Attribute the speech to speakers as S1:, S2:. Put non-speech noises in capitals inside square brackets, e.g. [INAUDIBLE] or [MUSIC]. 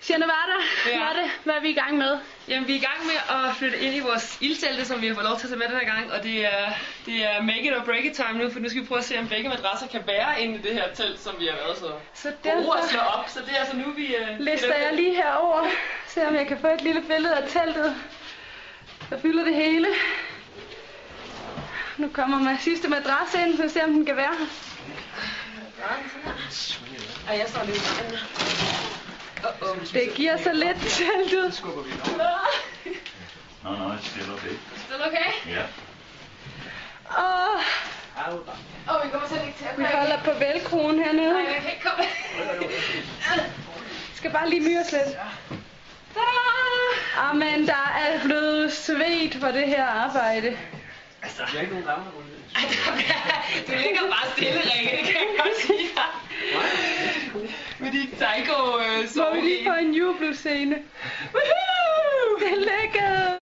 S1: Sjæne var der.
S2: Ja.
S1: Var det? Hvad er vi i gang med?
S2: Jamen, vi er i gang med at flytte ind i vores ildtelte, som vi har fået lov til at tage med den her gang, og det er, det er make it or break it time nu, for nu skal vi prøve at se, om begge madrasser kan være inde i det her telt, som vi har været så
S1: Så
S2: gode at
S1: derfor
S2: slå op. Så det er altså nu, vi... øh,
S1: lister
S2: finder-
S1: jeg lige herover, se om jeg kan få et lille billede af teltet, der fylder det hele. Nu kommer med sidste madras ind, så vi ser om den kan være her.
S2: Ej, jeg står lige ude. Åh, åh.
S1: Det giver så lidt teltet.
S3: No, no, it's still okay.
S2: Still okay?
S3: Yeah.
S1: Og
S2: Åh, vi kommer til at lægge til.
S1: vi holder på velkronen hernede.
S2: Nej, jeg kan ikke komme. [LAUGHS]
S1: Jeg skal bare lige myres lidt. Amen, der er blevet svedt for det her arbejde.
S4: Vi har ikke nogen rammer rundt.
S2: Ej, der bliver- du ligger bare stille, Rikke, det kan jeg godt sige dig. Med dit psycho øh,
S1: Må vi lige
S2: sovehæle.
S1: få en jubelscene? Woohoo! Det er lækkert!